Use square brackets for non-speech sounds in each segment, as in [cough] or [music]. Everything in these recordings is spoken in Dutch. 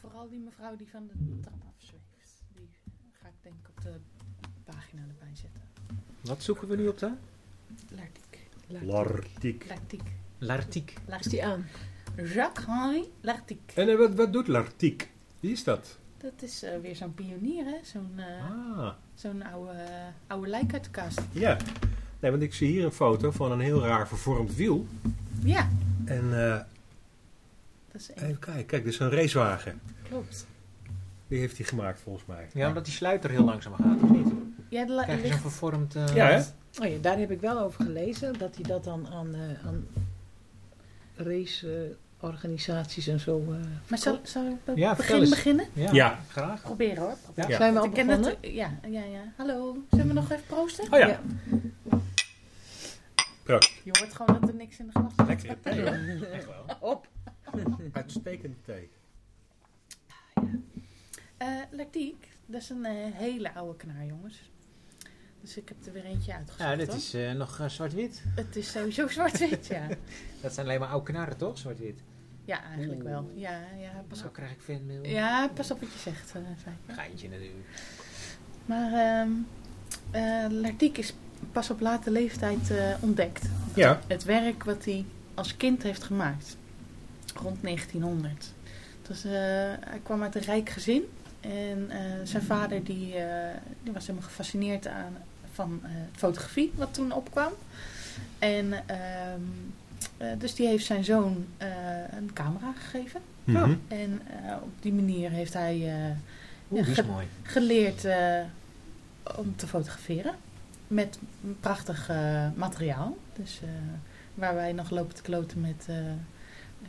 vooral die mevrouw die van de trap afzweeft. Die ga ik denk ik op de pagina erbij zetten. Wat zoeken we nu op de? Lartiek. Lartiek. Lartiek. Lartiek. Is die aan? Jacques-Henri Lartiek. En eh, wat, wat doet Lartiek? Wie is dat? Dat is eh, weer zo'n pionier, hè? Zo'n eh, Ah, zo'n oude, eh, oude lijk uit de kast. ja. Nee, want ik zie hier een foto van een heel raar vervormd wiel. Ja, En eh, dat is één. even kijken, kijk, dit is een racewagen. Klopt. Die heeft hij gemaakt volgens mij. Ja, omdat die sluiter heel langzaam gaat, of niet? Ja, de la- Krijg je zo'n ligt- vervormd... eh, Ja, hè? Oh ja, daar heb ik wel over gelezen. Dat hij dat dan aan, eh, aan raceorganisaties en zo... eh, Maar zal, zal ik bij Ja, het vertel begin eens. beginnen? Ja, Ja. graag. Proberen hoor. Ja. Ja. Zijn we al Ik ken het- begonnen? ja, ja, ja. Hallo, zullen we nog even proosten? Oh ja, Ja. Je hoort gewoon dat er niks in de glas zit. lekkere thee hoor. Echt wel. Op. Uitstekende thee. Eh Latiek, dat is een eh, hele oude knaar, jongens. Dus ik heb er weer eentje uitgezocht. Ja, dit hoor. is eh, nog eh, zwart-wit. Het is sowieso zwart-wit, ja. Dat zijn alleen maar oude knarren, toch? Zwart-wit. Ja, eigenlijk wel. Ja, ja, pas Zo op. krijg ik fanmail. Ja, pas op wat je zegt. eh, Fijn. Geintje natuurlijk. maar ehm eh, Latiek is pas op late leeftijd eh, ontdekt. Ja, Het werk wat hij als kind heeft gemaakt. Rond 1900. Het was, eh, hij kwam uit een rijk gezin. En eh, zijn vader die, eh, die was helemaal gefascineerd aan, van eh, fotografie wat toen opkwam. En ehm, eh, dus die heeft zijn zoon eh, een camera gegeven. Mhm. En eh, op die manier heeft hij eh, Oeh, Ja, die ge- is mooi. geleerd eh, om te fotograferen. Met een prachtig eh, materiaal. Dus eh, waar wij nog lopen te kloten met eh,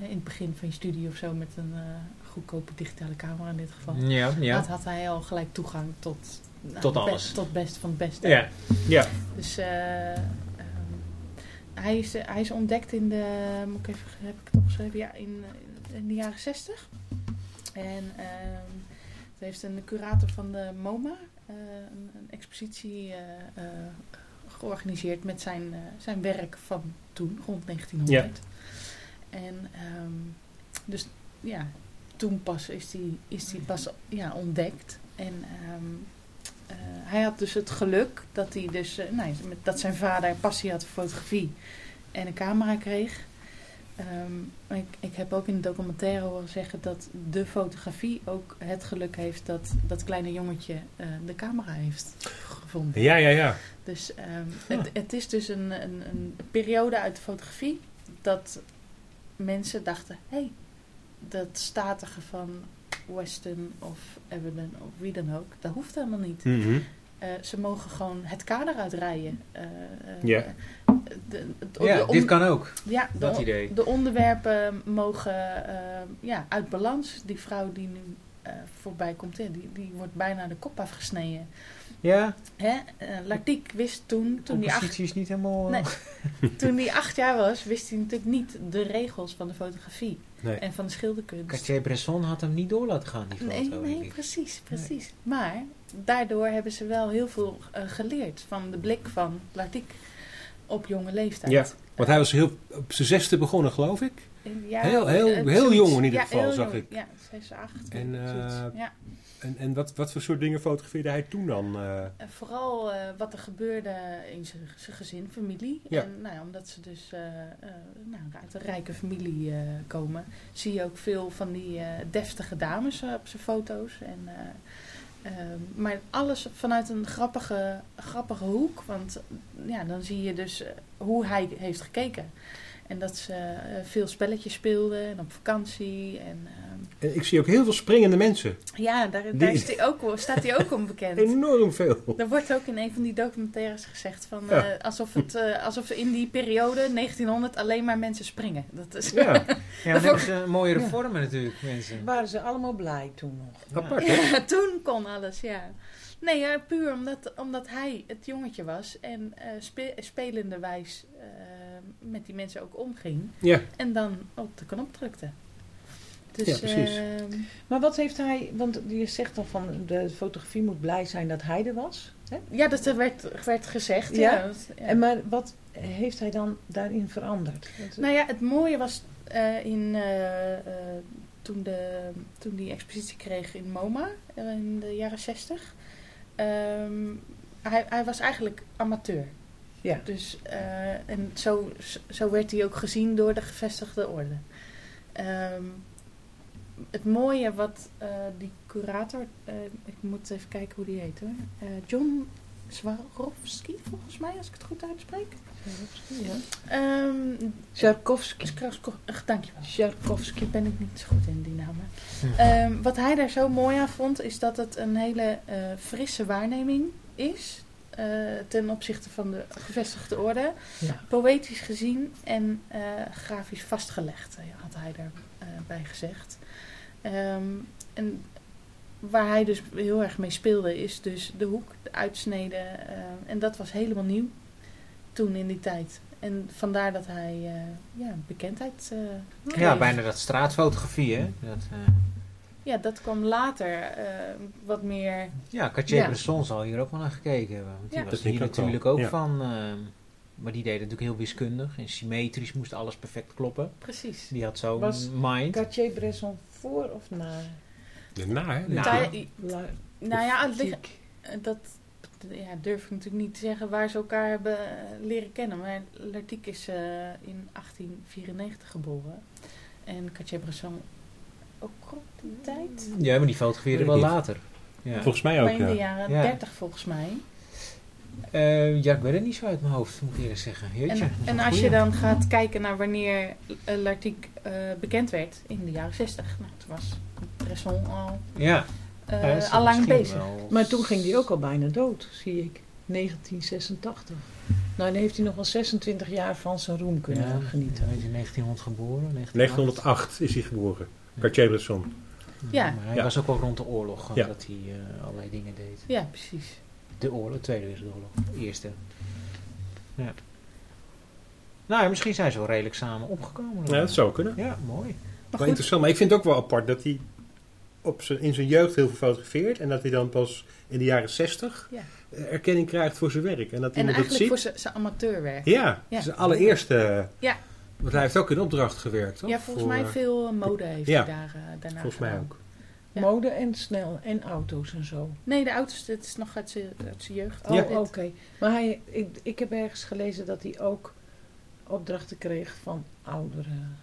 in het begin van je studie of zo met een eh, goedkope digitale camera in dit geval. Ja, Dat ja. had hij al gelijk toegang tot, nou, Tot het be- alles. tot best van het beste. Ja, ja. Dus eh, ehm, hij, is, hij is ontdekt in de. Moet ik even, heb ik het opgeschreven? Ja, in, eh, in de jaren 60. En ehm, het heeft een curator van de MoMA eh, een, een expositie eh, eh, georganiseerd met zijn, eh, zijn werk van toen, rond 1900. En ehm, dus ja, toen pas is die, is die pas ja, ontdekt. En ehm, eh, hij had dus het geluk dat hij dus, eh, nou, met- dat zijn vader passie had voor fotografie en een camera kreeg. Ehm, ik, ik heb ook in de documentaire horen zeggen dat de fotografie ook het geluk heeft dat dat kleine jongetje eh, de camera heeft gevonden. Ja, ja, ja. Dus ehm, Ja. het, het is dus een, een, een periode uit de fotografie dat mensen dachten: hé, hey, dat statige van Weston of Aberdeen of wie dan ook, dat hoeft helemaal niet. Mhm. Eh, ze mogen gewoon het kader uitrijden. Eh, eh, Ja. de- het- Ja, de dit on- kan ook. ja, de Dat on- idee. de onderwerpen mogen eh, ja, uit balans. Die vrouw die nu eh, voorbij komt, hè, die, die wordt bijna de kop afgesneden. Ja, Hè? Eh, Lartiek wist toen, toen die, acht, compositie is niet helemaal... eh, Nee. toen die acht jaar was, wist hij natuurlijk niet de regels van de fotografie Nee. en van de schilderkunst. Cartier-Bresson had hem niet door laten gaan, die foto. Nee, denk nee, ik. precies, precies. Maar daardoor hebben ze wel heel veel eh, geleerd van de blik van Lartiek op jonge leeftijd. Ja. Want hij was heel, op zijn zesde begonnen, geloof ik. En ja, Heel- heel- eh, heel zoiets. jong in ieder Ja, geval, heel zag jong. ik. Ja, 6, 8. En, eh, ja. En, en wat, wat voor soort dingen fotografeerde hij toen dan? eh? En vooral eh, wat er gebeurde in zijn zijn gezin, familie. Ja. En nou ja, omdat ze dus eh, eh, nou, uit een rijke familie eh, komen, zie je ook veel van die eh, deftige dames eh, op zijn foto's. En, eh, eh, maar alles vanuit een grappige, grappige hoek. Want ja, dan zie je dus eh, hoe hij heeft gekeken. En dat ze eh, veel spelletjes speelden en op vakantie. En, eh, En ik zie ook heel veel springende mensen. ja, daar, Die- daar is hij ook, wel- staat hij ook [laughs] onbekend. Enorm veel. Er wordt ook in een van die documentaires gezegd van Ja. eh, alsof, het, eh, alsof in die periode 1900 alleen maar mensen springen. Dat is [laughs] Ja, Ja, dan hebben ze eh, mooiere vormen natuurlijk, mensen. Waren ze allemaal blij toen nog? apart hè? Ja, toen kon alles, ja. Nee, ja, puur omdat, omdat hij het jongetje was en eh spe- spelende wijs eh, met die mensen ook omging. Ja. En dan op de knop drukte. Dus, Ja, precies. ehm, Maar wat heeft hij, want je zegt dan van de fotografie moet blij zijn dat hij er was. Hè? ja, dat werd, werd gezegd. Ja. Ja. dat- ja. En maar wat heeft hij dan daarin veranderd? Want, eh, Nou ja, het mooie was eh, in eh, eh, toen, de, toen die expositie kreeg in MoMA eh, in de jaren zestig. ehm, hij, hij was eigenlijk amateur. Ja. Dus, eh, en zo, zo werd hij ook gezien door de gevestigde orde. Ehm, het mooie wat eh, die curator, eh, ik moet even kijken hoe die heet hoor. Eh, John Swarovski, volgens mij, als ik het goed uitspreek. Ja. Ehm Tchaikovsky. Skrausko- ach, dankjewel. Tchaikovsky. Hier ben ik niet zo goed in, die namen. Ehm, wat hij daar zo mooi aan vond, is dat het een hele eh, frisse waarneming is. eh, ten opzichte van de gevestigde orde. Ja. Poëtisch gezien en eh, grafisch vastgelegd, eh, had hij daarbij bij gezegd. Ehm, en waar hij dus heel erg mee speelde, is dus de hoek, de uitsneden. eh, en dat was helemaal nieuw toen in die tijd. En vandaar dat hij eh, ja, bekendheid eh kreeg. Ja, bijna dat straatfotografie, hè? Dat, eh, Ja, dat kwam later eh, wat meer. ja, Cartier-Bresson zal hier ook wel naar gekeken hebben. Want die Ja. was Dat hier denk ik ook natuurlijk wel, ook ja. van... ehm, maar die deed het natuurlijk heel wiskundig en symmetrisch, moest alles perfect kloppen. Precies. Die had zo'n Was mind. Cartier-Bresson voor of na? Daarna, hè? Nou, Daar- ja. i- La- nou ja, het ligt- Ziek. dat ja, durf ik natuurlijk niet te zeggen waar ze elkaar hebben eh, leren kennen. Maar Lartiek is eh, in 1894 geboren. En Cartier-Bresson ook op die tijd. Ja, maar die fotografeerde Weet wel ik niet. later. Ja. Volgens mij Maar ook, in de ja. jaren Ja. 30 volgens mij. Eh, ja, ik weet het niet zo uit mijn hoofd, moet ik eerlijk zeggen. Jeetje, En, dat is en een als je goeie. dan gaat kijken naar wanneer eh, Lartiek eh, bekend werd in de jaren 60. Nou, toen was Bresson al Ja, eh, hij is er allang misschien bezig. wel- Maar toen ging hij ook al bijna dood, zie ik. 1986. Nou, dan heeft hij nog wel 26 jaar van zijn roem kunnen Ja, genieten. Hij is in 1900 geboren. 1908. 1908 is hij geboren. Cartier-Bresson. Ja. Maar hij Ja. was ook al rond de oorlog eh, Ja. dat hij eh, allerlei dingen deed. Ja, precies. De oorlog, Tweede Wereldoorlog, Eerste. Ja. Nou ja, misschien zijn ze wel redelijk samen opgekomen. Ja, dat zou kunnen. Ja, mooi. Maar Wel goed, interessant, maar ik vind het ook wel apart dat hij op zijn, in zijn jeugd heel veel fotografeert. En dat hij dan pas in de jaren 60 Ja. eh, erkenning krijgt voor zijn werk. En dat en iemand dat eigenlijk ziet. voor zijn- zijn amateurwerk. Ja, Ja. zijn allereerste. Ja. Want hij heeft ook in opdracht gewerkt, toch? Ja, volgens Voor, mij eh, veel mode heeft Ja. hij daar, eh, daarna Volgens mij gedaan. ook. Ja. Mode en snel en auto's en zo. Nee, de oudste, dit is nog uit zijn uit zijn jeugd. Oh, Ja. oké. Maar hij, ik, ik heb ergens gelezen dat hij ook opdrachten kreeg van ouderen.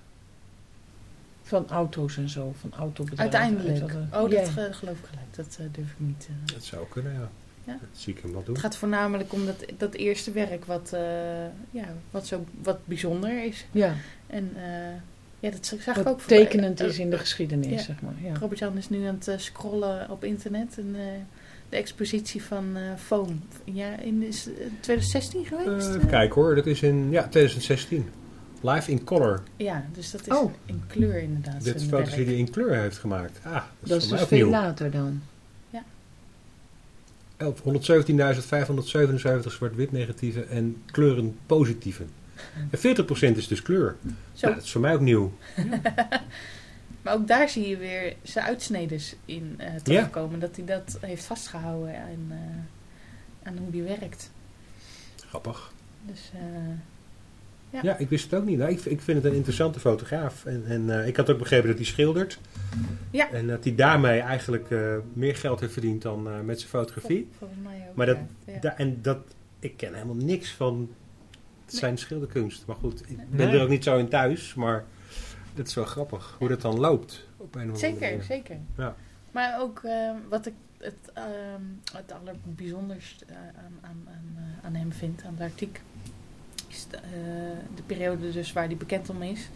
Van auto's en zo, van autobedrijven. Uiteindelijk. uit Oh, alle- dat Ja. ge- geloof ik gelijk. Dat eh, durf ik niet. eh. Dat zou kunnen, ja. Ja. Dat zie ik hem wel doen. Het gaat voornamelijk om dat, dat eerste werk wat, eh, ja, wat, zo, wat bijzonder is. ja, En eh, ja, dat zag ik ook wat voorbij. tekenend is in de geschiedenis, ja. zeg maar. Ja. Robert-Jan is nu aan het eh, scrollen op internet. En, eh, de expositie van eh Foam. Ja, in is het 2016 geweest? Eh, Eh, kijk hoor, dat is in ja, 2016. Live in Color. Ja, dus dat is Oh. in kleur inderdaad. Dit is zijn foto's die werk. hij in kleur heeft gemaakt. Ah, dat is, Dat is voor mij dus ook veel nieuw. later dan. 117.577 zwart-wit negatieve en kleuren [laughs] positieve. En 40% is dus kleur. Zo. Nou, dat is voor mij ook nieuw. Maar ook daar zie je weer zijn uitsneders in eh terugkomen. Dat hij dat heeft vastgehouden aan, eh, aan hoe die werkt. Grappig. Dus eh, Ja. Ja, ik wist het ook niet. Nou, ik, ik vind het een interessante fotograaf. En, en eh, ik had ook begrepen dat hij schildert. Ja. En dat hij daarmee eigenlijk eh, meer geld heeft verdiend dan eh, met zijn fotografie. vol- volgens mij ook. Maar dat- ja, ja. Da- en dat, ik ken helemaal niks van zijn schilderkunst. Maar goed, ik ben Nee. er ook niet zo in thuis. Maar dat is wel grappig hoe dat dan loopt. Op een of andere Zeker, manier. zeker. Ja. Maar ook eh, wat ik het, ehm het allerbijzonderst eh, aan, aan, aan, eh, aan hem vind, aan de artikel, is de, eh, de periode dus waar hij bekend om is.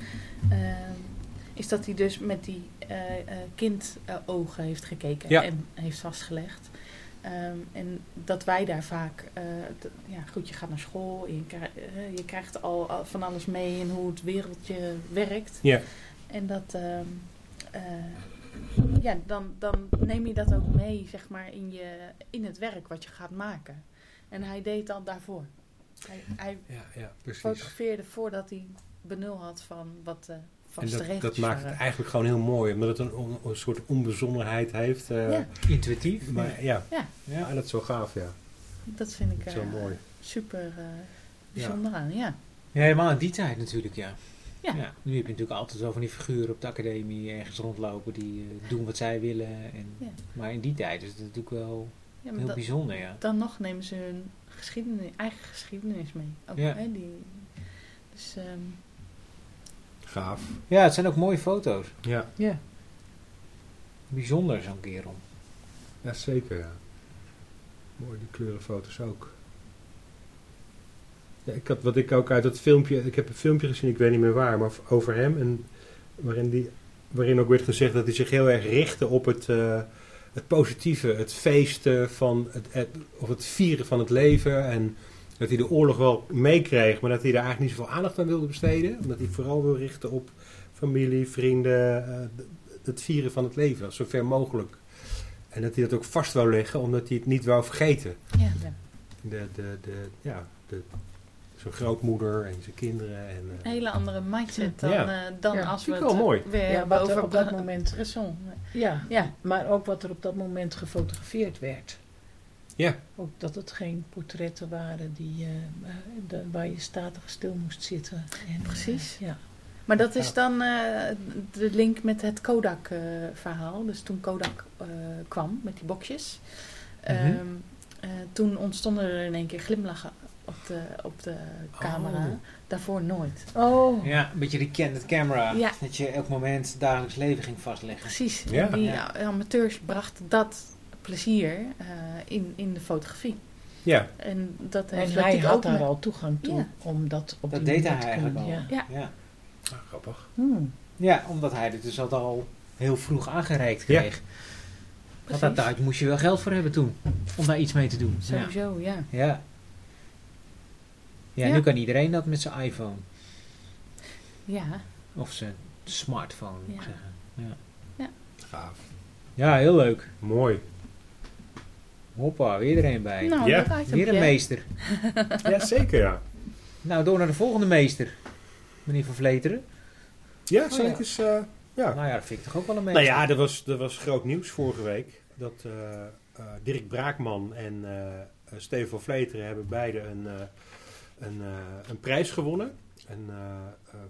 ehm, is dat hij dus met die eh, eh, kind kindogen heeft gekeken Ja. en heeft vastgelegd. Ehm, en dat wij daar vaak, eh, d- ja goed, je gaat naar school, en je, krijg- eh, je krijgt al, al van alles mee en hoe het wereldje werkt. Ja. En dat, ehm, eh, ja, dan, dan neem je dat ook mee, zeg maar, in, je, in het werk wat je gaat maken. En hij deed dat daarvoor. Hij, hij Ja, ja, precies. fotografeerde voordat hij benul had van wat de En vaste dat, regels dat maakt het waren. eigenlijk gewoon heel mooi, omdat het een, on- een soort onbezonnenheid heeft. eh, Ja. Intuïtief. Maar ja. Ja. en dat is wel gaaf, ja. Dat vind ik Dat is wel eh, mooi. super eh, bijzonder aan, ja. Ja, helemaal in die tijd natuurlijk, ja. Ja. Nu heb je natuurlijk altijd wel van die figuren op de academie ergens rondlopen die eh, doen wat zij willen. En, Ja. Maar in die tijd is het natuurlijk wel Ja, heel maar dat- bijzonder, ja. dan nog nemen ze hun geschiedenis, eigen geschiedenis mee. Ook, Ja. hè, die, dus ehm, Gaaf. Ja, het zijn ook mooie foto's. Ja, Ja. Bijzonder zo'n kerel. ja zeker. Ja. Mooi, die kleurenfoto's ook. Ja, ik had, wat ik ook uit dat filmpje... Ik heb een filmpje gezien, ik weet niet meer waar, maar over hem. En waarin, die, waarin ook werd gezegd dat hij zich heel erg richtte op het, eh, het positieve. Het feesten van het, het, of het vieren van het leven. En dat hij de oorlog wel meekreeg, maar dat hij daar eigenlijk niet zoveel aandacht aan wilde besteden. Omdat hij vooral wil richten op familie, vrienden, eh, d- het vieren van het leven, zover mogelijk. En dat hij dat ook vast wou leggen, omdat hij het niet wou vergeten. ja. Ja. De, de, de, ja, de, zijn grootmoeder en zijn kinderen. En, eh, Een hele andere mindset dan, Ja. eh, dan Ja, als we vind het ik wel mooi. weer Ja, wat er boven op [laughs] dat moment- gezond. Ja, Ja, maar ook wat er op dat moment gefotografeerd werd. Ja. Ook dat het geen portretten waren die, eh, de- waar je statig stil moest zitten. En, eh, Precies. ja. maar dat is dan eh, de link met het Kodak-verhaal. dus toen Kodak eh, kwam met die bokjes, Mhm. ehm, eh, toen ontstonden er in één keer glimlachen op de, op de camera. Oh. Daarvoor nooit. Oh, Ja, een beetje die candid camera. Ja. Dat je elk moment het dagelijks leven ging vastleggen. Precies. Ja. En Die Ja. amateurs brachten dat plezier eh, in, in de fotografie. ja, En dat heeft en hij Latiek had ook daar met- al toegang toe Ja. om dat op Dat die deed manier hij te kunnen. eigenlijk al. Ja. Ja. Ja. Ah, grappig. Hmm. Ja, omdat hij dit dus had al heel vroeg aangereikt kreeg. Want dat, Precies. daar moest je wel geld voor hebben toen. Om daar iets mee te doen. Ja. Sowieso, ja. Ja. Ja, Ja. nu kan iedereen dat met zijn iPhone. Ja, Of zijn smartphone, moet Ja. ik zeggen. Ja. Gaaf. ja, heel leuk. Mooi. Hoppa, weer er een bij. nou, Ja. dat lijkt weer een meester. Ja, zeker ja. Nou, door naar de volgende meester. Meneer Van Vleteren. Ja, Oh, zal ja. ik eens... eh, ja. Nou ja, dat vind ik toch ook wel een meester. Nou ja, er was, er was groot nieuws vorige week. Dat eh, eh, Dirk Braakman en eh eh, Steven van Vleteren hebben beide een, eh, een, eh, een prijs gewonnen. En, eh,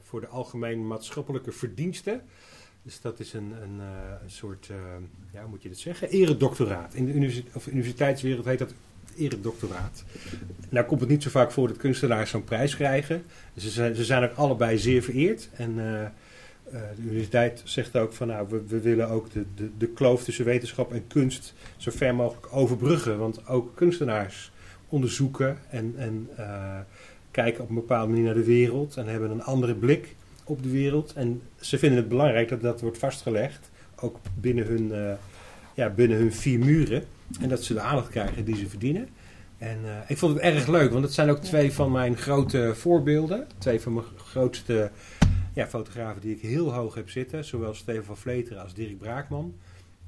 voor de algemeen maatschappelijke verdiensten. Dus dat is een, een, eh, een soort, eh, ja, hoe moet je dat zeggen? Eredoctoraat. In de universi- of universiteitswereld heet dat eredoctoraat. Nou komt het niet zo vaak voor dat kunstenaars zo'n prijs krijgen. Ze zijn, ze zijn ook allebei zeer vereerd. En eh, eh, de universiteit zegt ook van nou, we, we willen ook de, de, de kloof tussen wetenschap en kunst zo ver mogelijk overbruggen. Want ook kunstenaars onderzoeken en, en eh, kijken op een bepaalde manier naar de wereld en hebben een andere blik op de wereld. En ze vinden het belangrijk dat dat wordt vastgelegd, ook binnen hun, eh, ja, binnen hun vier muren. En dat ze de aandacht krijgen die ze verdienen. En eh, ik vond het erg leuk, want het zijn ook twee van mijn grote voorbeelden. Twee van mijn grootste ja, fotografen die ik heel hoog heb zitten. Zowel Steven van Vleteren als Dirk Braakman.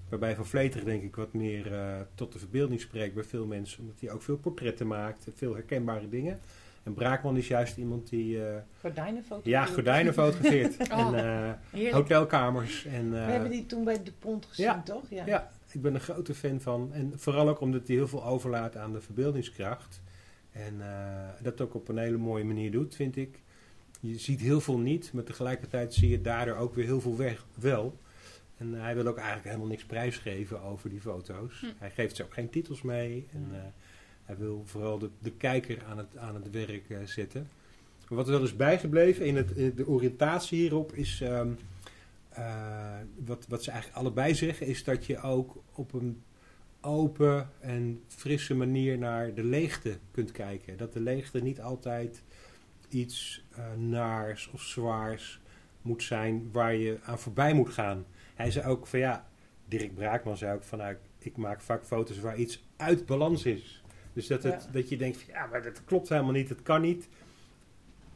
Waarbij Van Vleteren denk ik wat meer eh, tot de verbeelding spreekt bij veel mensen. Omdat hij ook veel portretten maakt, veel herkenbare dingen. En Braakman is juist iemand die... eh, Gordijnenfoto. ja, gordijnen fotografeert. En eh, Heerlijk. hotelkamers. En, eh, We hebben die toen bij de pont gezien, Ja. toch? Ja. ik ben een grote fan van. En vooral ook omdat hij heel veel overlaat aan de verbeeldingskracht. En eh, dat ook op een hele mooie manier doet, vind ik. Je ziet heel veel niet, maar tegelijkertijd zie je daardoor ook weer heel veel weg, wel. En eh, hij wil ook eigenlijk helemaal niks prijsgeven over die foto's. Hm. Hij geeft ze ook geen titels mee. En eh, hij wil vooral de, de kijker aan het, aan het werk eh, zetten. Maar wat er wel is bijgebleven in, het, in de oriëntatie hierop is... ehm, eh, wat, wat ze eigenlijk allebei zeggen, is dat je ook op een open en frisse manier naar de leegte kunt kijken. Dat de leegte niet altijd iets eh, naars of zwaars moet zijn waar je aan voorbij moet gaan. Hij zei ook van ja, Dirk Braakman zei ook van nou, ik- ik maak vaak foto's waar iets uit balans is. Dus dat, het, Ja. dat je denkt van ja, maar dat klopt helemaal niet, dat kan niet.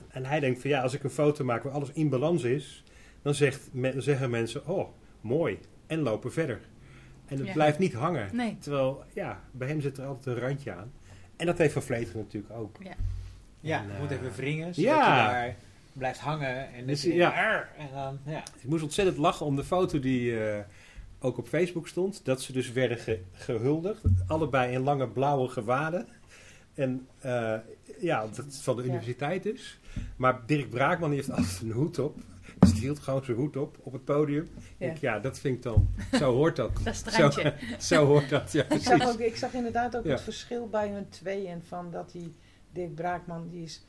En hij denkt van ja, als ik een foto maak waar alles in balans is, dan, zegt, me- dan zeggen mensen oh, mooi en lopen verder. En het Ja. blijft niet hangen. Nee, Terwijl, ja, bij hem zit er altijd een randje aan. En dat heeft Van Vleteren natuurlijk ook. Ja, En, je eh, moet even wringen, zodat ja. je daar blijft hangen. En Dus, dus, je ja. ja. Arr, en dan, ja. Ik moest ontzettend lachen om de foto die eh, ook op Facebook stond. Dat ze dus werden ge- gehuldigd. Allebei in lange blauwe gewaden. En eh, ja, dat het van de universiteit is. Maar Dirk Braakman die heeft altijd een hoed op. Dus die hield gewoon zijn hoed op op het podium. Ja. Ik, ja, dat vind ik dan. Zo hoort dat. Dat straatje. [laughs] Zo hoort [laughs] dat, ja. Ik zag, ook, ik zag inderdaad ook Ja. het verschil bij hun tweeën van dat die Dirk Braakman, die is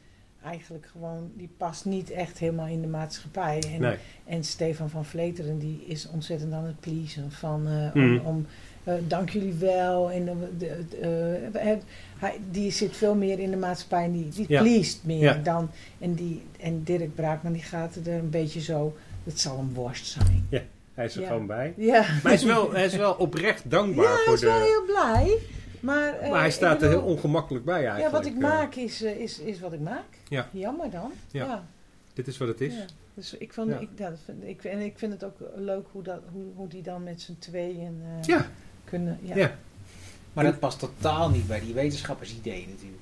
eigenlijk gewoon, die past niet echt helemaal in de maatschappij. En, Nee. en Stefan van Vleteren, die is ontzettend aan het pleasen van, eh, Mm. om, om, eh, dank jullie wel. En, dan de, de- eh, het- hij, die zit veel meer in de maatschappij en die, die Ja. pleased meer Ja. dan, en, die, en Dirk Braakman, die gaat er een beetje zo, het zal een worst zijn. Hij is er Ja. gewoon bij. Ja. Maar hij is wel, hij is wel oprecht dankbaar ja, hij voor is wel de. heel blij. Maar, eh, Maar hij ik staat er bedoel- heel ongemakkelijk bij eigenlijk. Ja, wat ik eh. maak is, eh, is, is wat ik maak. Ja. Jammer dan. Ja. Dit is wat het is. ja. Dus ik vond, Ja. ik, ja, dat vind, ik, en ik vind het ook leuk hoe, dat, hoe, hoe die dan met z'n tweeën eh, Ja. kunnen. Ja. Ja. Maar dat past totaal niet bij die wetenschappersidee natuurlijk.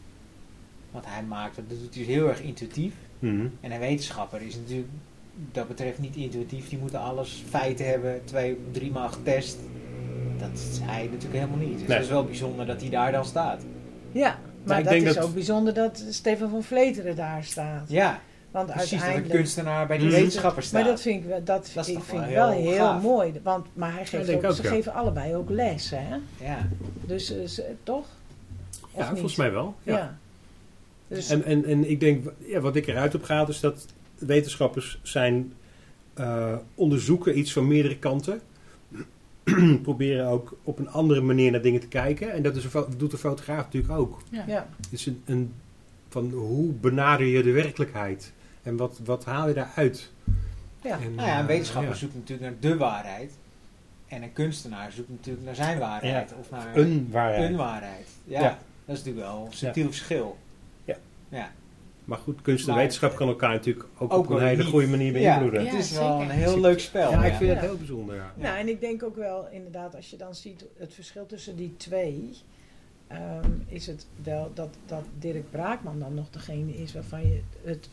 Wat hij maakt, dat doet hij dus heel erg intuïtief. Mhm. En een wetenschapper is natuurlijk dat betreft niet intuïtief. Die moeten alles feiten hebben, twee, drie maal getest. Dat is hij natuurlijk helemaal niet. Nee. Dus dat is wel bijzonder dat hij daar dan staat. Ja, maar ik dat denk is dat- ook bijzonder dat Stefan van Vleteren daar staat. Ja, Want precies. Dat een uiteindelijk... kunstenaar bij die Mhm. wetenschapper staat. Maar dat vind ik, wel- dat Dat is ik toch vind wel ik wel heel heel, gaaf. mooi. Want, maar hij geeft denk ook, ik ook, ze ja. geven allebei ook les, hè? ja. Dus eh, ze- toch? Of Ja, niet? volgens mij wel. Ja. Ja. Dus, En, en, en ik denk, ja, wat ik eruit heb gehaald is dat wetenschappers zijn eh, onderzoeken iets van meerdere kanten. [clears throat] Proberen ook op een andere manier naar dingen te kijken. En dat is een fo- doet de fotograaf natuurlijk ook. ja. Het is een, een, van hoe benader je de werkelijkheid? En wat, wat haal je daaruit? Ja. En, Nou ja, een eh, wetenschapper ja. zoekt natuurlijk naar de waarheid. En een kunstenaar zoekt natuurlijk naar zijn waarheid. Of naar een, Een waarheid. waarheid. Ja, Ja. dat is natuurlijk wel een subtiel verschil. Maar goed, kunst en Maar- wetenschap kan elkaar natuurlijk ook, Ook op een wel hele niet. goede manier beïnvloeden. Ja, het is wel zeker. een heel leuk spel. Ja, Ja, ik vind Ja. het heel bijzonder. Ja. Nou, en ik denk ook wel inderdaad, als je dan ziet het verschil tussen die twee, ehm, is het wel dat, dat Dirk Braakman dan nog degene is waarvan je het,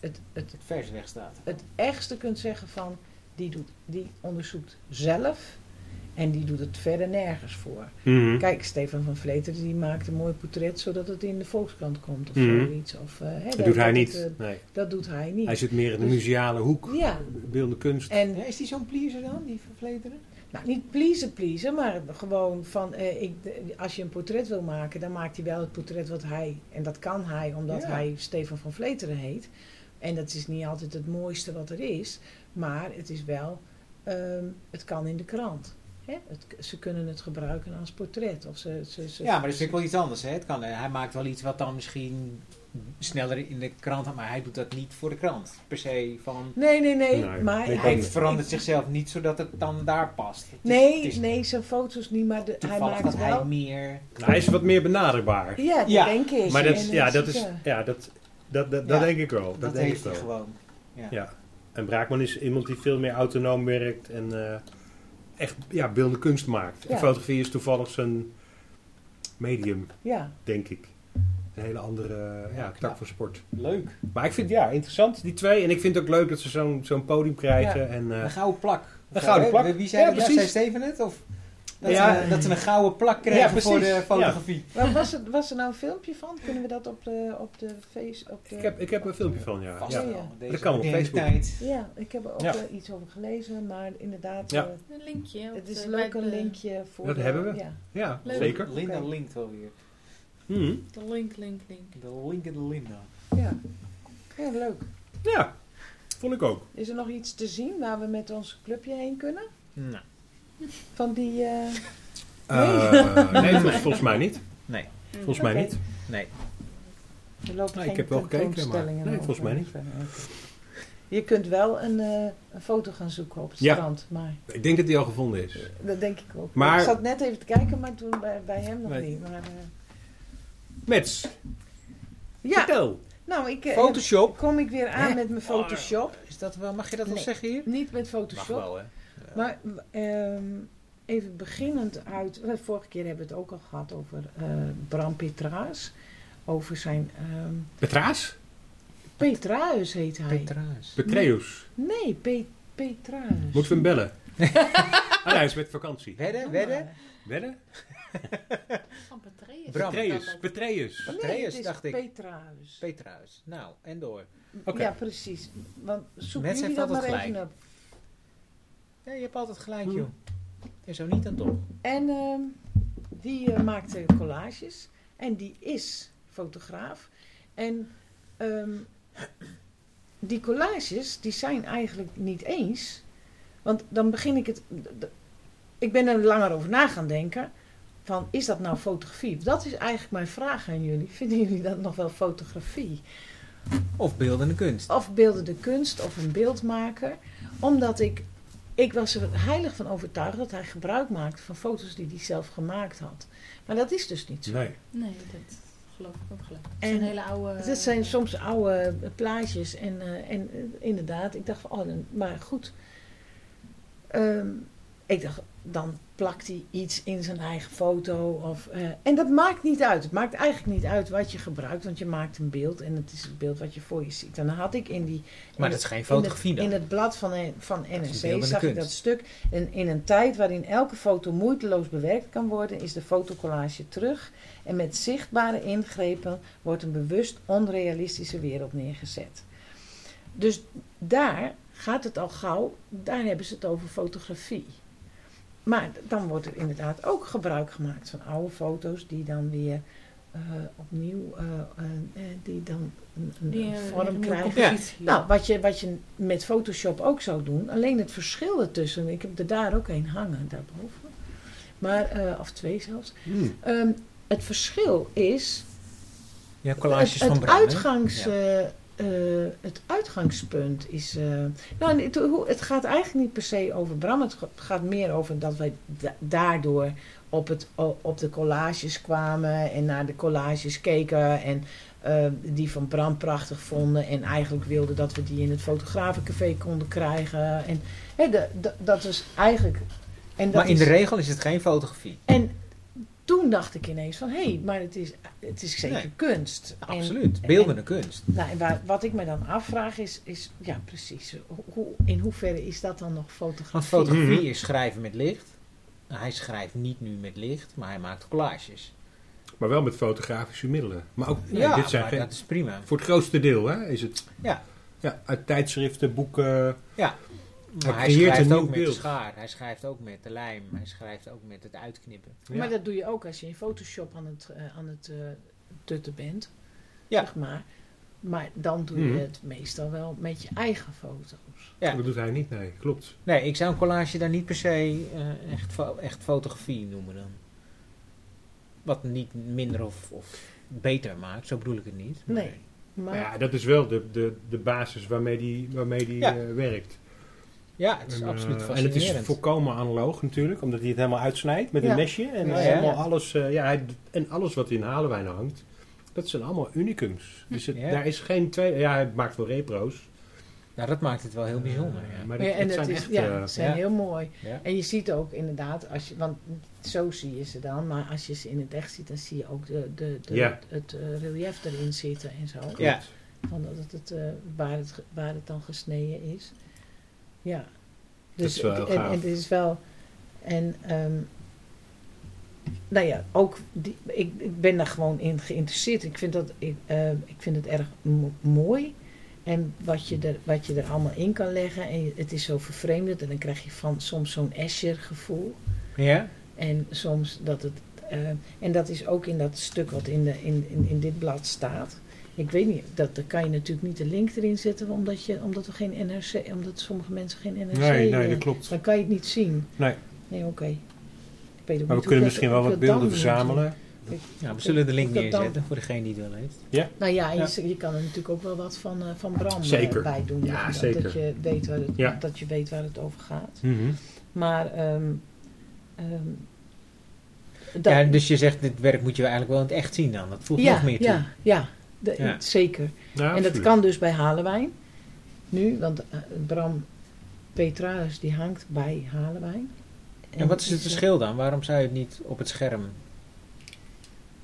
het, het, het vers weg staat. het echtste kunt zeggen van, die, doet, die onderzoekt zelf en die doet het verder nergens voor. Mhm. Kijk, Stefan van Vleter die maakt een mooi portret zoiets, zodat het in de Volkskrant komt of Mhm. zoiets. Of, eh, hè, dat doet hij het, niet. eh, nee. dat doet hij niet. Hij zit meer in de Dus- museale hoek. ja, Beeldende kunst. en Ja, is die zo'n pleaser dan, die vervleteren? Nou, niet pleasen, pleasen, maar gewoon van eh, ik, als je een portret wil maken, dan maakt hij wel het portret wat hij. En dat kan hij, omdat Ja. hij Stefan van Vleteren heet. En dat is niet altijd het mooiste wat er is, maar het is wel, ehm, het kan in de krant. Hè? Het, ze kunnen het gebruiken als portret. Of ze, ze, ze- Ja, maar dat is natuurlijk wel iets anders. Hè? Het kan, eh, hij maakt wel iets wat dan misschien sneller in de krant... Maar hij doet dat niet voor de krant. Per se van... Nee, nee, nee. Nee, maar ik Hij niet. verandert ik- zichzelf niet zodat het dan daar past. Het is- het Nee, is nee, zijn foto's niet, maar de, hij toevallig maakt dat hij wel. meer... Nou, hij is wat meer benaderbaar. Ja, dat Ja, denk ik. Maar dat, En ja, het dat ziet is, er- ja, dat, dat, dat, Ja, dat denk ik wel. Dat, Dat, denk ik heeft hij wel. gewoon. Ja. En Braakman is iemand die veel meer autonoom werkt en eh, echt ja, beeldende kunst maakt. En Ja. fotografie is toevallig zijn medium, Ja, denk ik. Een hele andere eh, ja, tak knap. van sport. Leuk. Maar ik vind ja, interessant, die twee. En ik vind het ook leuk dat ze zo'n zo'n podium krijgen. En, eh, Een gouden plak. Een gouden Hè? plak. Wie zei, Ja, ja, precies. zei Steven het? Of dat, Ja. ze, een- dat ze een gouden plak Ja, kregen precies. voor de fotografie. Maar was, het, was er nou een filmpje van? Kunnen we dat op de, op de face... Op de, ik, heb, ik heb een filmpje van, ja. Vast ja. wel. Ja. Deze Dat kan op moderne Facebook. tijd. Ja, ik heb er ook Ja. eh, iets over gelezen, maar inderdaad... Ja. eh, Een linkje. op het is de- leuk bij een de- linkje voor... Dat de- hebben we. Ja. Ja, Leuk. zeker. Linda Oké. linkt wel weer. Mhm. De link, link, link. De linkende Linda. ja. Ja, leuk. Ja, vond ik [laughs] ook. Is er nog iets te zien waar we met ons clubje heen kunnen? Nou, Van die... eh, Eh, nee, volgens, volgens mij niet. nee. Volgens mij Oké. niet. er lopen Nou, ik geen heb wel gekeken, maar- tentoonstellingen nee, volgens mij over. Je kunt wel een, eh, een foto gaan zoeken op het Ja. strand, maar Ik denk dat die al gevonden is. dat denk ik ook. Maar- ik zat net even te kijken, maar toen bij, bij hem nog Nee. niet. Maar, eh, Mets, ja, vertel. nou, ik... eh, Photoshop. kom ik weer aan Hè? met mijn Photoshop. Is dat wel, mag je dat wel Nee. zeggen hier? Oh, Niet met Photoshop. hè. Maar ehm, even beginnend uit. eh, Vorige keer hebben we het ook al gehad over eh Bram Petraeus. Over zijn. ehm Petraas? Petraeus heet hij. Petra's. Petreus. nee, Pe Petraeus. [laughs] Moeten we hem bellen? Thuis Ah, met vakantie. Wedden, wedden. Wedden? Van Patreus. Bram. Betreus. Betreus. Nee, Patreus, het is dacht ik. Petraeus. Petraeus. Nou, en door. Oké. Ja, precies. Want zoek Mensen jullie dat heeft maar altijd even gelijk. op. Ja, je hebt altijd gelijk, Hmm. joh. En zo niet dan toch. En ehm, die eh, maakte collages. En die is fotograaf. En ehm, die collages, die zijn eigenlijk niet eens. Want dan begin ik het... d- d- Ik ben er langer over na gaan denken. Van, is dat nou fotografie? Dat is eigenlijk mijn vraag aan jullie. Vinden jullie dat nog wel fotografie? Of beeldende kunst. of beeldende kunst of een beeldmaker. Omdat ik, ik was er heilig van overtuigd dat hij gebruik maakte van foto's die hij zelf gemaakt had. Maar dat is dus niet zo. Nee. Nee, dat geloof ik ook gelijk. Het En zijn hele oude... Het zijn soms oude plaatjes en, eh, en eh, inderdaad, ik dacht van, oh, dan- maar goed. Ehm, ik dacht, dan plakt hij iets in zijn eigen foto. Of, eh, en dat maakt niet uit. Het maakt eigenlijk niet uit wat je gebruikt, want je maakt een beeld en het is het beeld wat je voor je ziet. En dan had ik in die Maar dat is geen fotografie in het, dan. in het blad van, van NRC zag beeldende ik kunst. dat stuk. En in een tijd waarin elke foto moeiteloos bewerkt kan worden, is de fotocollage terug. En met zichtbare ingrepen wordt een bewust onrealistische wereld neergezet. Dus daar gaat het al gauw, daar hebben ze het over fotografie. Maar d- dan wordt er inderdaad ook gebruik gemaakt van oude foto's die dan weer eh, opnieuw, eh, eh, eh, die dan een, een Die, eh, vorm nieuwe krijgen. compositie. Nou, wat je, wat je met Photoshop ook zou doen, alleen het verschil ertussen. Ik heb er daar ook een hangen, daarboven. Maar, eh, of twee zelfs. Hm. Ehm, het verschil is Ja, collages het, van het Bram. hè? Uitgangs, Ja. eh, eh, het uitgangspunt is. eh, nou, het, hoe- het gaat eigenlijk niet per se over Bram. Het ga- gaat meer over dat wij da- daardoor op, het, o- op de collages kwamen en naar de collages keken. En eh, die van Bram prachtig vonden. En eigenlijk wilden dat we die in het fotografencafé konden krijgen. En hè, de- de- dat is eigenlijk. En dat Maar in is- de regel is het geen fotografie. en toen dacht ik ineens van, hé, hey, maar het is, het is zeker Nee, kunst. En- Absoluut. Beeldende kunst. nou, en waar, wat ik me dan afvraag is, is ja precies, Ho- hoe, in hoeverre is dat dan nog Want fotografie? fotografie Mhm. is schrijven met licht. Nou, Hij schrijft niet nu met licht, maar hij maakt collages. Maar wel met fotografische middelen. Maar ook, nee, ja, dit zijn maar geen- dat is prima. Voor het grootste deel hè, is het. Ja. ja. Uit tijdschriften, boeken. Maar hij creëert een schrijft nieuw ook met beeld. de schaar. Hij schrijft ook met de lijm. Hij schrijft ook met het uitknippen. Ja. Maar dat doe je ook als je in Photoshop aan het, eh, aan het eh, tutten bent, Ja. zeg maar. Maar dan doe je Mhm. het meestal wel met je eigen foto's. Ja. Dat doet hij niet, nee. Klopt. Nee, ik zou een collage daar niet per se eh, echt, fo- echt fotografie noemen dan. Wat niet minder of, of beter maakt, zo bedoel ik het niet. maar- Nee. Maar Maar ja, dat is wel de, de, de basis waarmee die, waarmee die Ja. eh, werkt. Ja, het is En, eh, absoluut En het fascinerend. is volkomen analoog natuurlijk, omdat hij het helemaal uitsnijdt met Ja. een mesje. En, Ja, helemaal ja. Alles, eh, ja, hij- en alles wat in Halenwijn hangt, dat zijn allemaal unicums. Dus het, Ja. daar is geen twee... Ja, hij maakt wel repro's. Eh, Nou, dat maakt het wel heel bijzonder. ja. Maar Ja, dit- en dit het zijn is, echt... ja, eh, ze zijn ja. heel mooi. Ja. En je ziet ook inderdaad, als je, want zo zie je ze dan, maar als je ze in het echt ziet, dan zie je ook de, de, de, Ja. het eh, relief erin zitten en zo. klopt. Ja. Van dat het, het, eh, waar, het, ge- waar het dan gesneden is. Ja. is wel heel en, gaaf. en het is wel. En ehm, nou ja, ook die, ik, ik ben daar gewoon in geïnteresseerd. Ik vind, dat, ik, eh, ik vind het erg mo- mooi. En wat je, er, wat je er allemaal in kan leggen. En je- het is zo vervreemdend. En dan krijg je van soms zo'n Escher gevoel. Ja? En soms dat het. eh, en dat is ook in dat stuk wat in, de, in, in, in dit blad staat. Ik weet niet, dat, daar kan je natuurlijk niet de link erin zetten, omdat, je, omdat, we geen NRC, omdat sommige mensen geen NRC Nee, nee, eh, dat klopt. Dan kan je het niet zien. Nee. Nee, oké. Ik weet ook Maar we niet hoe kunnen dat- misschien wel hoe wat dat dan beelden moet. verzamelen. ja, we zullen de link Of dat dan- neerzetten voor degene die het wel heeft. Nou ja, en Ja. Je, je kan er natuurlijk ook wel wat van, eh, van Bram eh, Zeker. bij doen. Ja, dat, zeker. Dat je, weet waar het, Ja. dat je weet waar het over gaat. Mhm. Maar ehm, ehm, dat- Ja, dus je zegt, dit werk moet je eigenlijk wel in het echt zien dan. Dat voegt nog meer toe. ja, ja, De- Ja. zeker. Ja, en dat absoluut. kan dus bij Halewijn nu, want eh, Bram Petraeus die hangt bij Halewijn. En wat is eh, het verschil dan? Waarom zou je het niet op het scherm...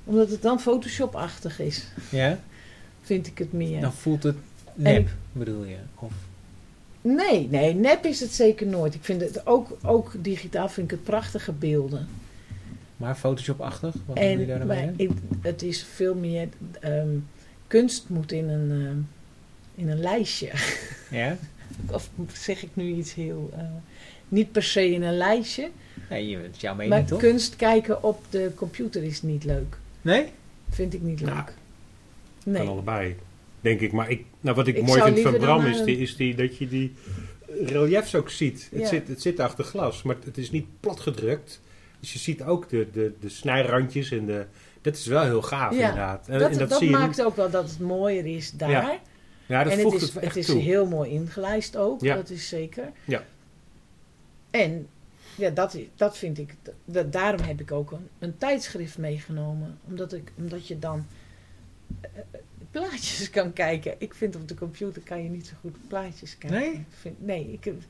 Omdat het dan Photoshop-achtig is, Ja? vind ik het meer. Nou. Dan voelt het En nep, ik- bedoel je? Of, Nee, nee, nep is het zeker nooit. Ik vind het ook, ook digitaal vind ik het prachtige beelden. Maar Photoshop-achtig, wat doen jullie En daar dan maar mee? ik, het is veel meer. ehm, kunst moet in een, ehm, in een lijstje. Ja? Of zeg ik nu iets heel. eh, niet per se in een lijstje. Nee, je- het is jouw mening maar toch? kunst kijken op de computer is niet leuk. Nee? Vind ik niet leuk. Nou, nee. Kan allebei, denk ik. Maar ik, nou, wat ik, Ik mooi zou vind van liever dan Bram naar is, die, is die, dat je die reliefs ook ziet. Ja. Het, zit, het zit achter glas, maar het is niet platgedrukt. Dus je ziet ook de, de, de snijrandjes en de... Dat is wel heel gaaf, Ja, inderdaad. En en dat dat, dat zie je maakt ook wel dat het mooier is daar. Ja, Ja, dat en het voegt is, het, het echt is toe. heel mooi ingelijst ook, Ja. dat is zeker. Ja. En ja, dat, i- dat vind ik, dat, daarom heb ik ook een, een tijdschrift meegenomen. Omdat, ik, omdat je dan eh, eh, plaatjes kan kijken. Ik vind op de computer kan je niet zo goed plaatjes kijken. Nee? Ik vind, nee, ik heb-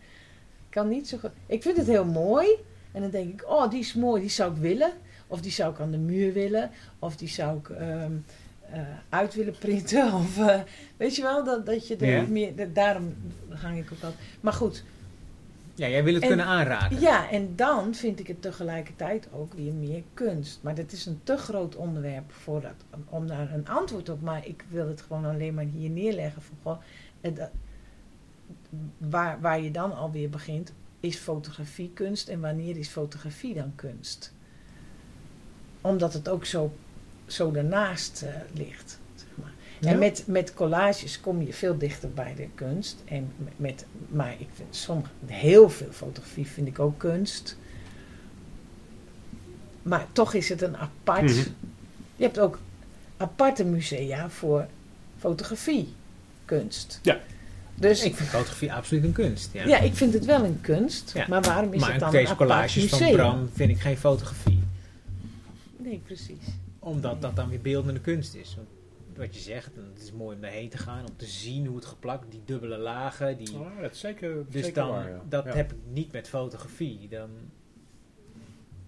kan niet zo goed. Ik vind het heel mooi. En dan denk ik, oh, die is mooi, die zou ik willen. Of die zou ik aan de muur willen. Of die zou ik ehm, eh, uit willen printen. [laughs] Of, eh, weet je wel, dat, dat je er Ja. meer... dat- daarom hang ik op dat. Maar goed, Ja, jij wil het En- kunnen aanraken. ja, en dan vind ik het tegelijkertijd ook weer meer kunst. Maar dat is een te groot onderwerp voor dat, om daar een antwoord op. Maar ik wil het gewoon alleen maar hier neerleggen. Van, goh, eh, dat- waar, waar je dan alweer begint, is fotografie kunst en wanneer is fotografie dan kunst? Omdat het ook zo, zo daarnaast eh, ligt. Zeg maar. Ja. En met, met collages kom je veel dichter bij de kunst. En met- met, maar ik vind sommige, heel veel fotografie vind ik ook kunst. Maar toch is het een apart. Mhm. Je hebt ook aparte musea voor fotografie, kunst. Ja. Dus Ik vind fotografie absoluut een kunst. Ja. ja. ik vind het wel een kunst. Ja. Maar waarom is het maar dan deze een apart collages van museum? Bram vind ik geen fotografie. Nee, precies. Omdat dat dan weer beeldende kunst is. Want wat je zegt, en het is mooi om daarheen te gaan, om te zien hoe het geplakt, die dubbele lagen. Die, Ja, dat is zeker, dus zeker dan, waar, ja. dat Ja. heb ik niet met fotografie. Dan,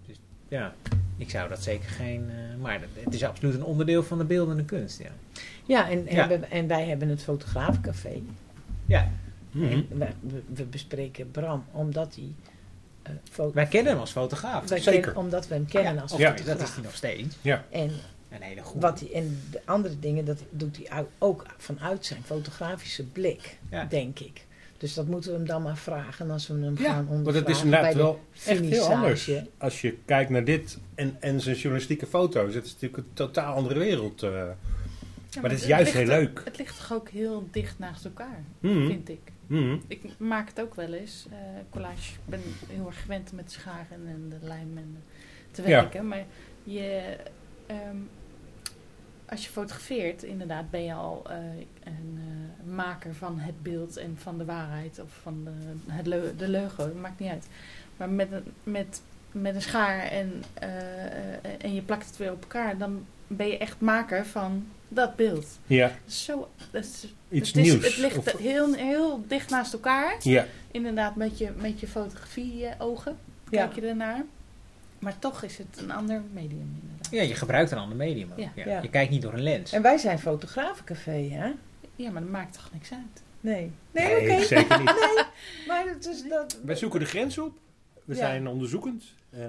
dus ja, ik zou dat zeker geen... eh, maar dat- het is absoluut een onderdeel van de beeldende kunst, ja. Ja, en, en, Ja. we- en wij hebben het fotograafcafé. Ja, Mhm. En wij- we, we bespreken Bram omdat hij eh foto- wij kennen hem als fotograaf. wij zeker. kennen- omdat we hem kennen als of Ja. dat is fotograaf. hij nog steeds. En Een hele goede. Wat hij, en de andere dingen, dat doet hij ou- ook vanuit zijn fotografische blik, Ja. denk ik. Dus dat moeten we hem dan maar vragen als we hem Ja, gaan ondervragen. want het is bij inderdaad de wel echt heel finissage. anders. Als je kijkt naar dit en, en zijn journalistieke foto's, het is natuurlijk een totaal andere wereld. eh. maar dat is het juist heel ligt- leuk. Het ligt toch ook heel dicht naast elkaar, Mhm, vind ik. mhm. Ik maak het ook wel eens, eh, collage. Ik ben heel erg gewend met scharen en de lijm en eh, te Ja. werken. Maar je, ehm, als je fotografeert, inderdaad, ben je al eh, een eh, maker van het beeld en van de waarheid of van de, het leu- de leugen. Dat maakt niet uit. Maar met, een- met, met een schaar en, eh, eh, en je plakt het weer op elkaar, dan ben je echt maker van dat beeld. Ja, Zo, dat is iets het, is- nieuws. het ligt Of- heel, heel dicht naast elkaar. ja, Inderdaad, met je, met je fotografie-ogen Ja. kijk je ernaar. Maar toch is het een ander medium, inderdaad. Ja, je gebruikt een ander medium ook. Ja. Ja. Ja. Je kijkt niet door een lens. En wij zijn fotografencafé, hè? Ja, maar dat maakt toch niks uit? Nee. Nee, nee, oké. zeker niet. [laughs] Maar het is dat... Wij zoeken de grens op. We Ja. zijn onderzoekend. Eh,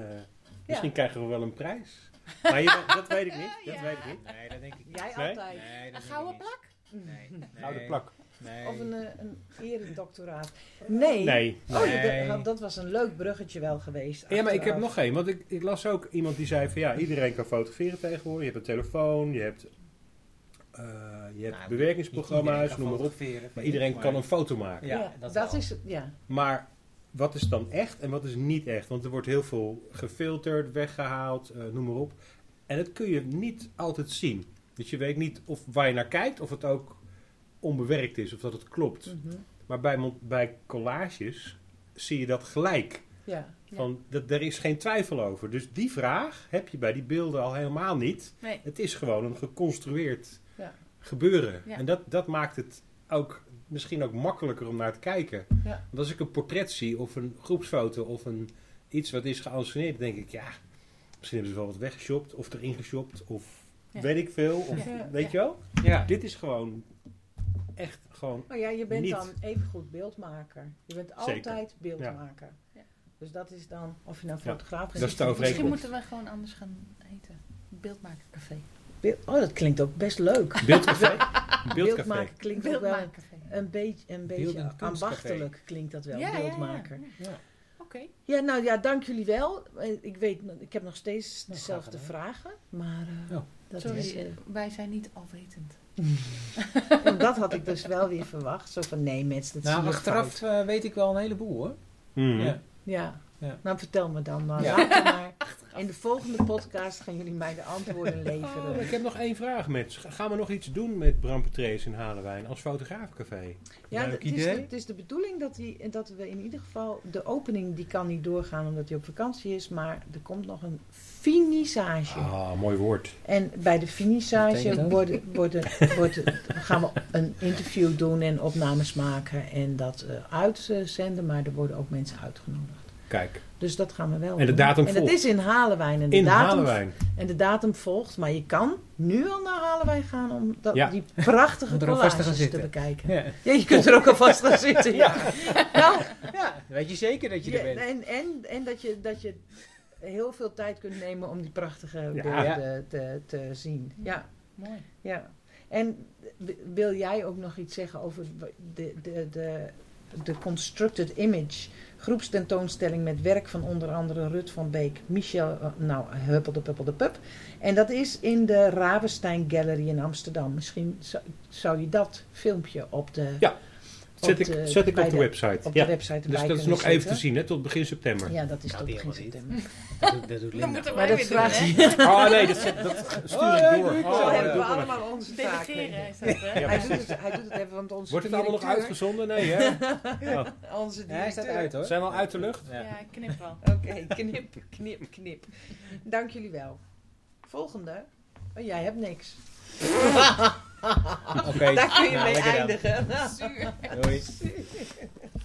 misschien krijgen we wel een prijs. Maar je- dat weet ik niet. Dat Ja. weet ik niet. Nee, dat denk ik niet. Jij Nee? altijd. Nee, dat Een denk gouden ik niet. plak? Nee. nee. Gouden plak. Nee. Nou, Of een, eh, een eredoctoraat. Nee. Nee. Oh, ja, Nee. dat, dat was een leuk bruggetje wel geweest. Ja, maar ik heb achteraf. nog één. Want ik, ik las ook iemand die zei van ja, iedereen kan fotograferen tegenwoordig. Je hebt een telefoon, je hebt, eh, je hebt Nou, Niet iedereen bewerkingsprogramma's, kan noem maar op. fotograferen, vind Maar ik, iedereen maar- kan een foto maken. Ja, Ja, dat dat, wel. is het. Ja. Maar wat is dan echt en wat is niet echt? Want er wordt heel veel gefilterd, weggehaald, eh, noem maar op. En dat kun je niet altijd zien. Dus je weet niet of waar je naar kijkt, of het ook onbewerkt is, of dat het klopt. Mhm. Maar bij, mon- bij collages zie je dat gelijk. ja. Ja. Van, dat, daar is geen twijfel over. Dus die vraag heb je bij die beelden al helemaal niet. Nee. Het is gewoon een geconstrueerd Ja. gebeuren. Ja. En dat, dat maakt het ook misschien ook makkelijker om naar te kijken. Ja. Want als ik een portret zie of een groepsfoto of een, iets wat is geanceneerd, denk ik, ja, misschien hebben ze wel wat weggeshopt of erin geshopt of Ja. weet ik veel. Of, Ja. Weet je wel? Ja. Dit is gewoon echt gewoon... Maar ja, je bent Niet. dan even goed beeldmaker. Je bent altijd beeldmaker. Ja. Dus dat is dan, of je nou Ja. fotograaf bent. Dat is de overeenkomst. Misschien moeten we gewoon anders gaan heten. Beeldmakercafé. Beeld- Oh, dat klinkt ook best leuk. [laughs] Beeldcafé? Beeldcafé. Beeldmaker klinkt ook wel Beeldmakercafé. een beetje, een Beeld- en beetje kunstcafé. ambachtelijk klinkt dat wel, Ja, ja, ja. beeldmaker. Ja, Ja. Oké. nou ja, dank jullie wel. Eh, Ik weet, nog- ik heb nog steeds Nou, dezelfde graag vragen, maar eh, Oh. dat is... Sorry, eh, eh, wij zijn niet alwetend. en dat had ik dus wel weer verwacht. Zo van, nee mensen, dat zie Nou, je achteraf fout. eh, weet ik wel een heleboel hoor. Mhm. Ja. Ja. Ja. nou vertel me dan maar. Ja. Later maar. In de volgende podcast gaan jullie mij de antwoorden leveren. Oh, ik heb nog één vraag, mensen. Ga- Gaan we nog iets doen met Bram Petrees in Halenwijn als fotograafcafé? Ja, Leuk het is, de, idee. het is de bedoeling dat, die, dat we in ieder geval... De opening die kan niet doorgaan omdat hij op vakantie is. Maar er komt nog een finissage. Ah, mooi woord. En bij de Betekent finissage dat? worden, worden, worden, gaan we een interview doen en opnames maken. En dat eh, uitzenden. Maar er worden ook mensen uitgenodigd. Kijk, Dus dat gaan we wel En de doen. datum En dat volgt. is in Halenwijn. En de, in datum, Halenwijn. En de datum volgt. Maar je kan nu al naar Halenwijn gaan om dat, Ja. die prachtige Om er alvast te gaan collages te zitten. bekijken. Ja. Ja, je kunt er ook alvast gaan zitten. Ja. Nou, ja, weet je zeker dat je ja, er bent. en en, en dat, je, dat je heel veel tijd kunt nemen om die prachtige Ja. beelden te, te zien. Ja, Mooi. ja. En w- wil jij ook nog iets zeggen over de, de, de, de Constructed Image groepstentoonstelling met werk van onder andere Rut van Beek, Michel, eh, nou, huppelde puppelde pup. En dat is in de Ravenstein Gallery in Amsterdam. Misschien zou, zou je dat filmpje op de... Ja. Zet ik, de- zet ik bij op de website. op de Ja. website erbij Dus dat is kunnen nog even te zetten. zien, hè, tot begin september. Ja, dat is Kan tot die begin helemaal niet. september. Dat doet, dat doet Dan Linda. moeten wij Maar dat weer vraagt doen, hè? Oh nee, dat, zet- dat stuur Oh, ik ja, door. doe ik Oh, wel. Zo ja, hebben doe we maar. allemaal onze taak. Delegeren Hij is dat, hè? Ja. doet, het, hij doet het even, want onze Wordt het allemaal nog directeur- uitgezonden? Nee, hè? [laughs] Oh, Onze Ja, hij staat directeur. uit hoor. Zijn we al uit de lucht? Ja. Ja, ik knip wel. Oké, [laughs] knip, knip, knip. Dank jullie wel. Volgende. Oh, jij hebt [laughs] niks. Oké. Daar kun je nou, mee lekker dan. Ah. eindigen. Zuur. Doei.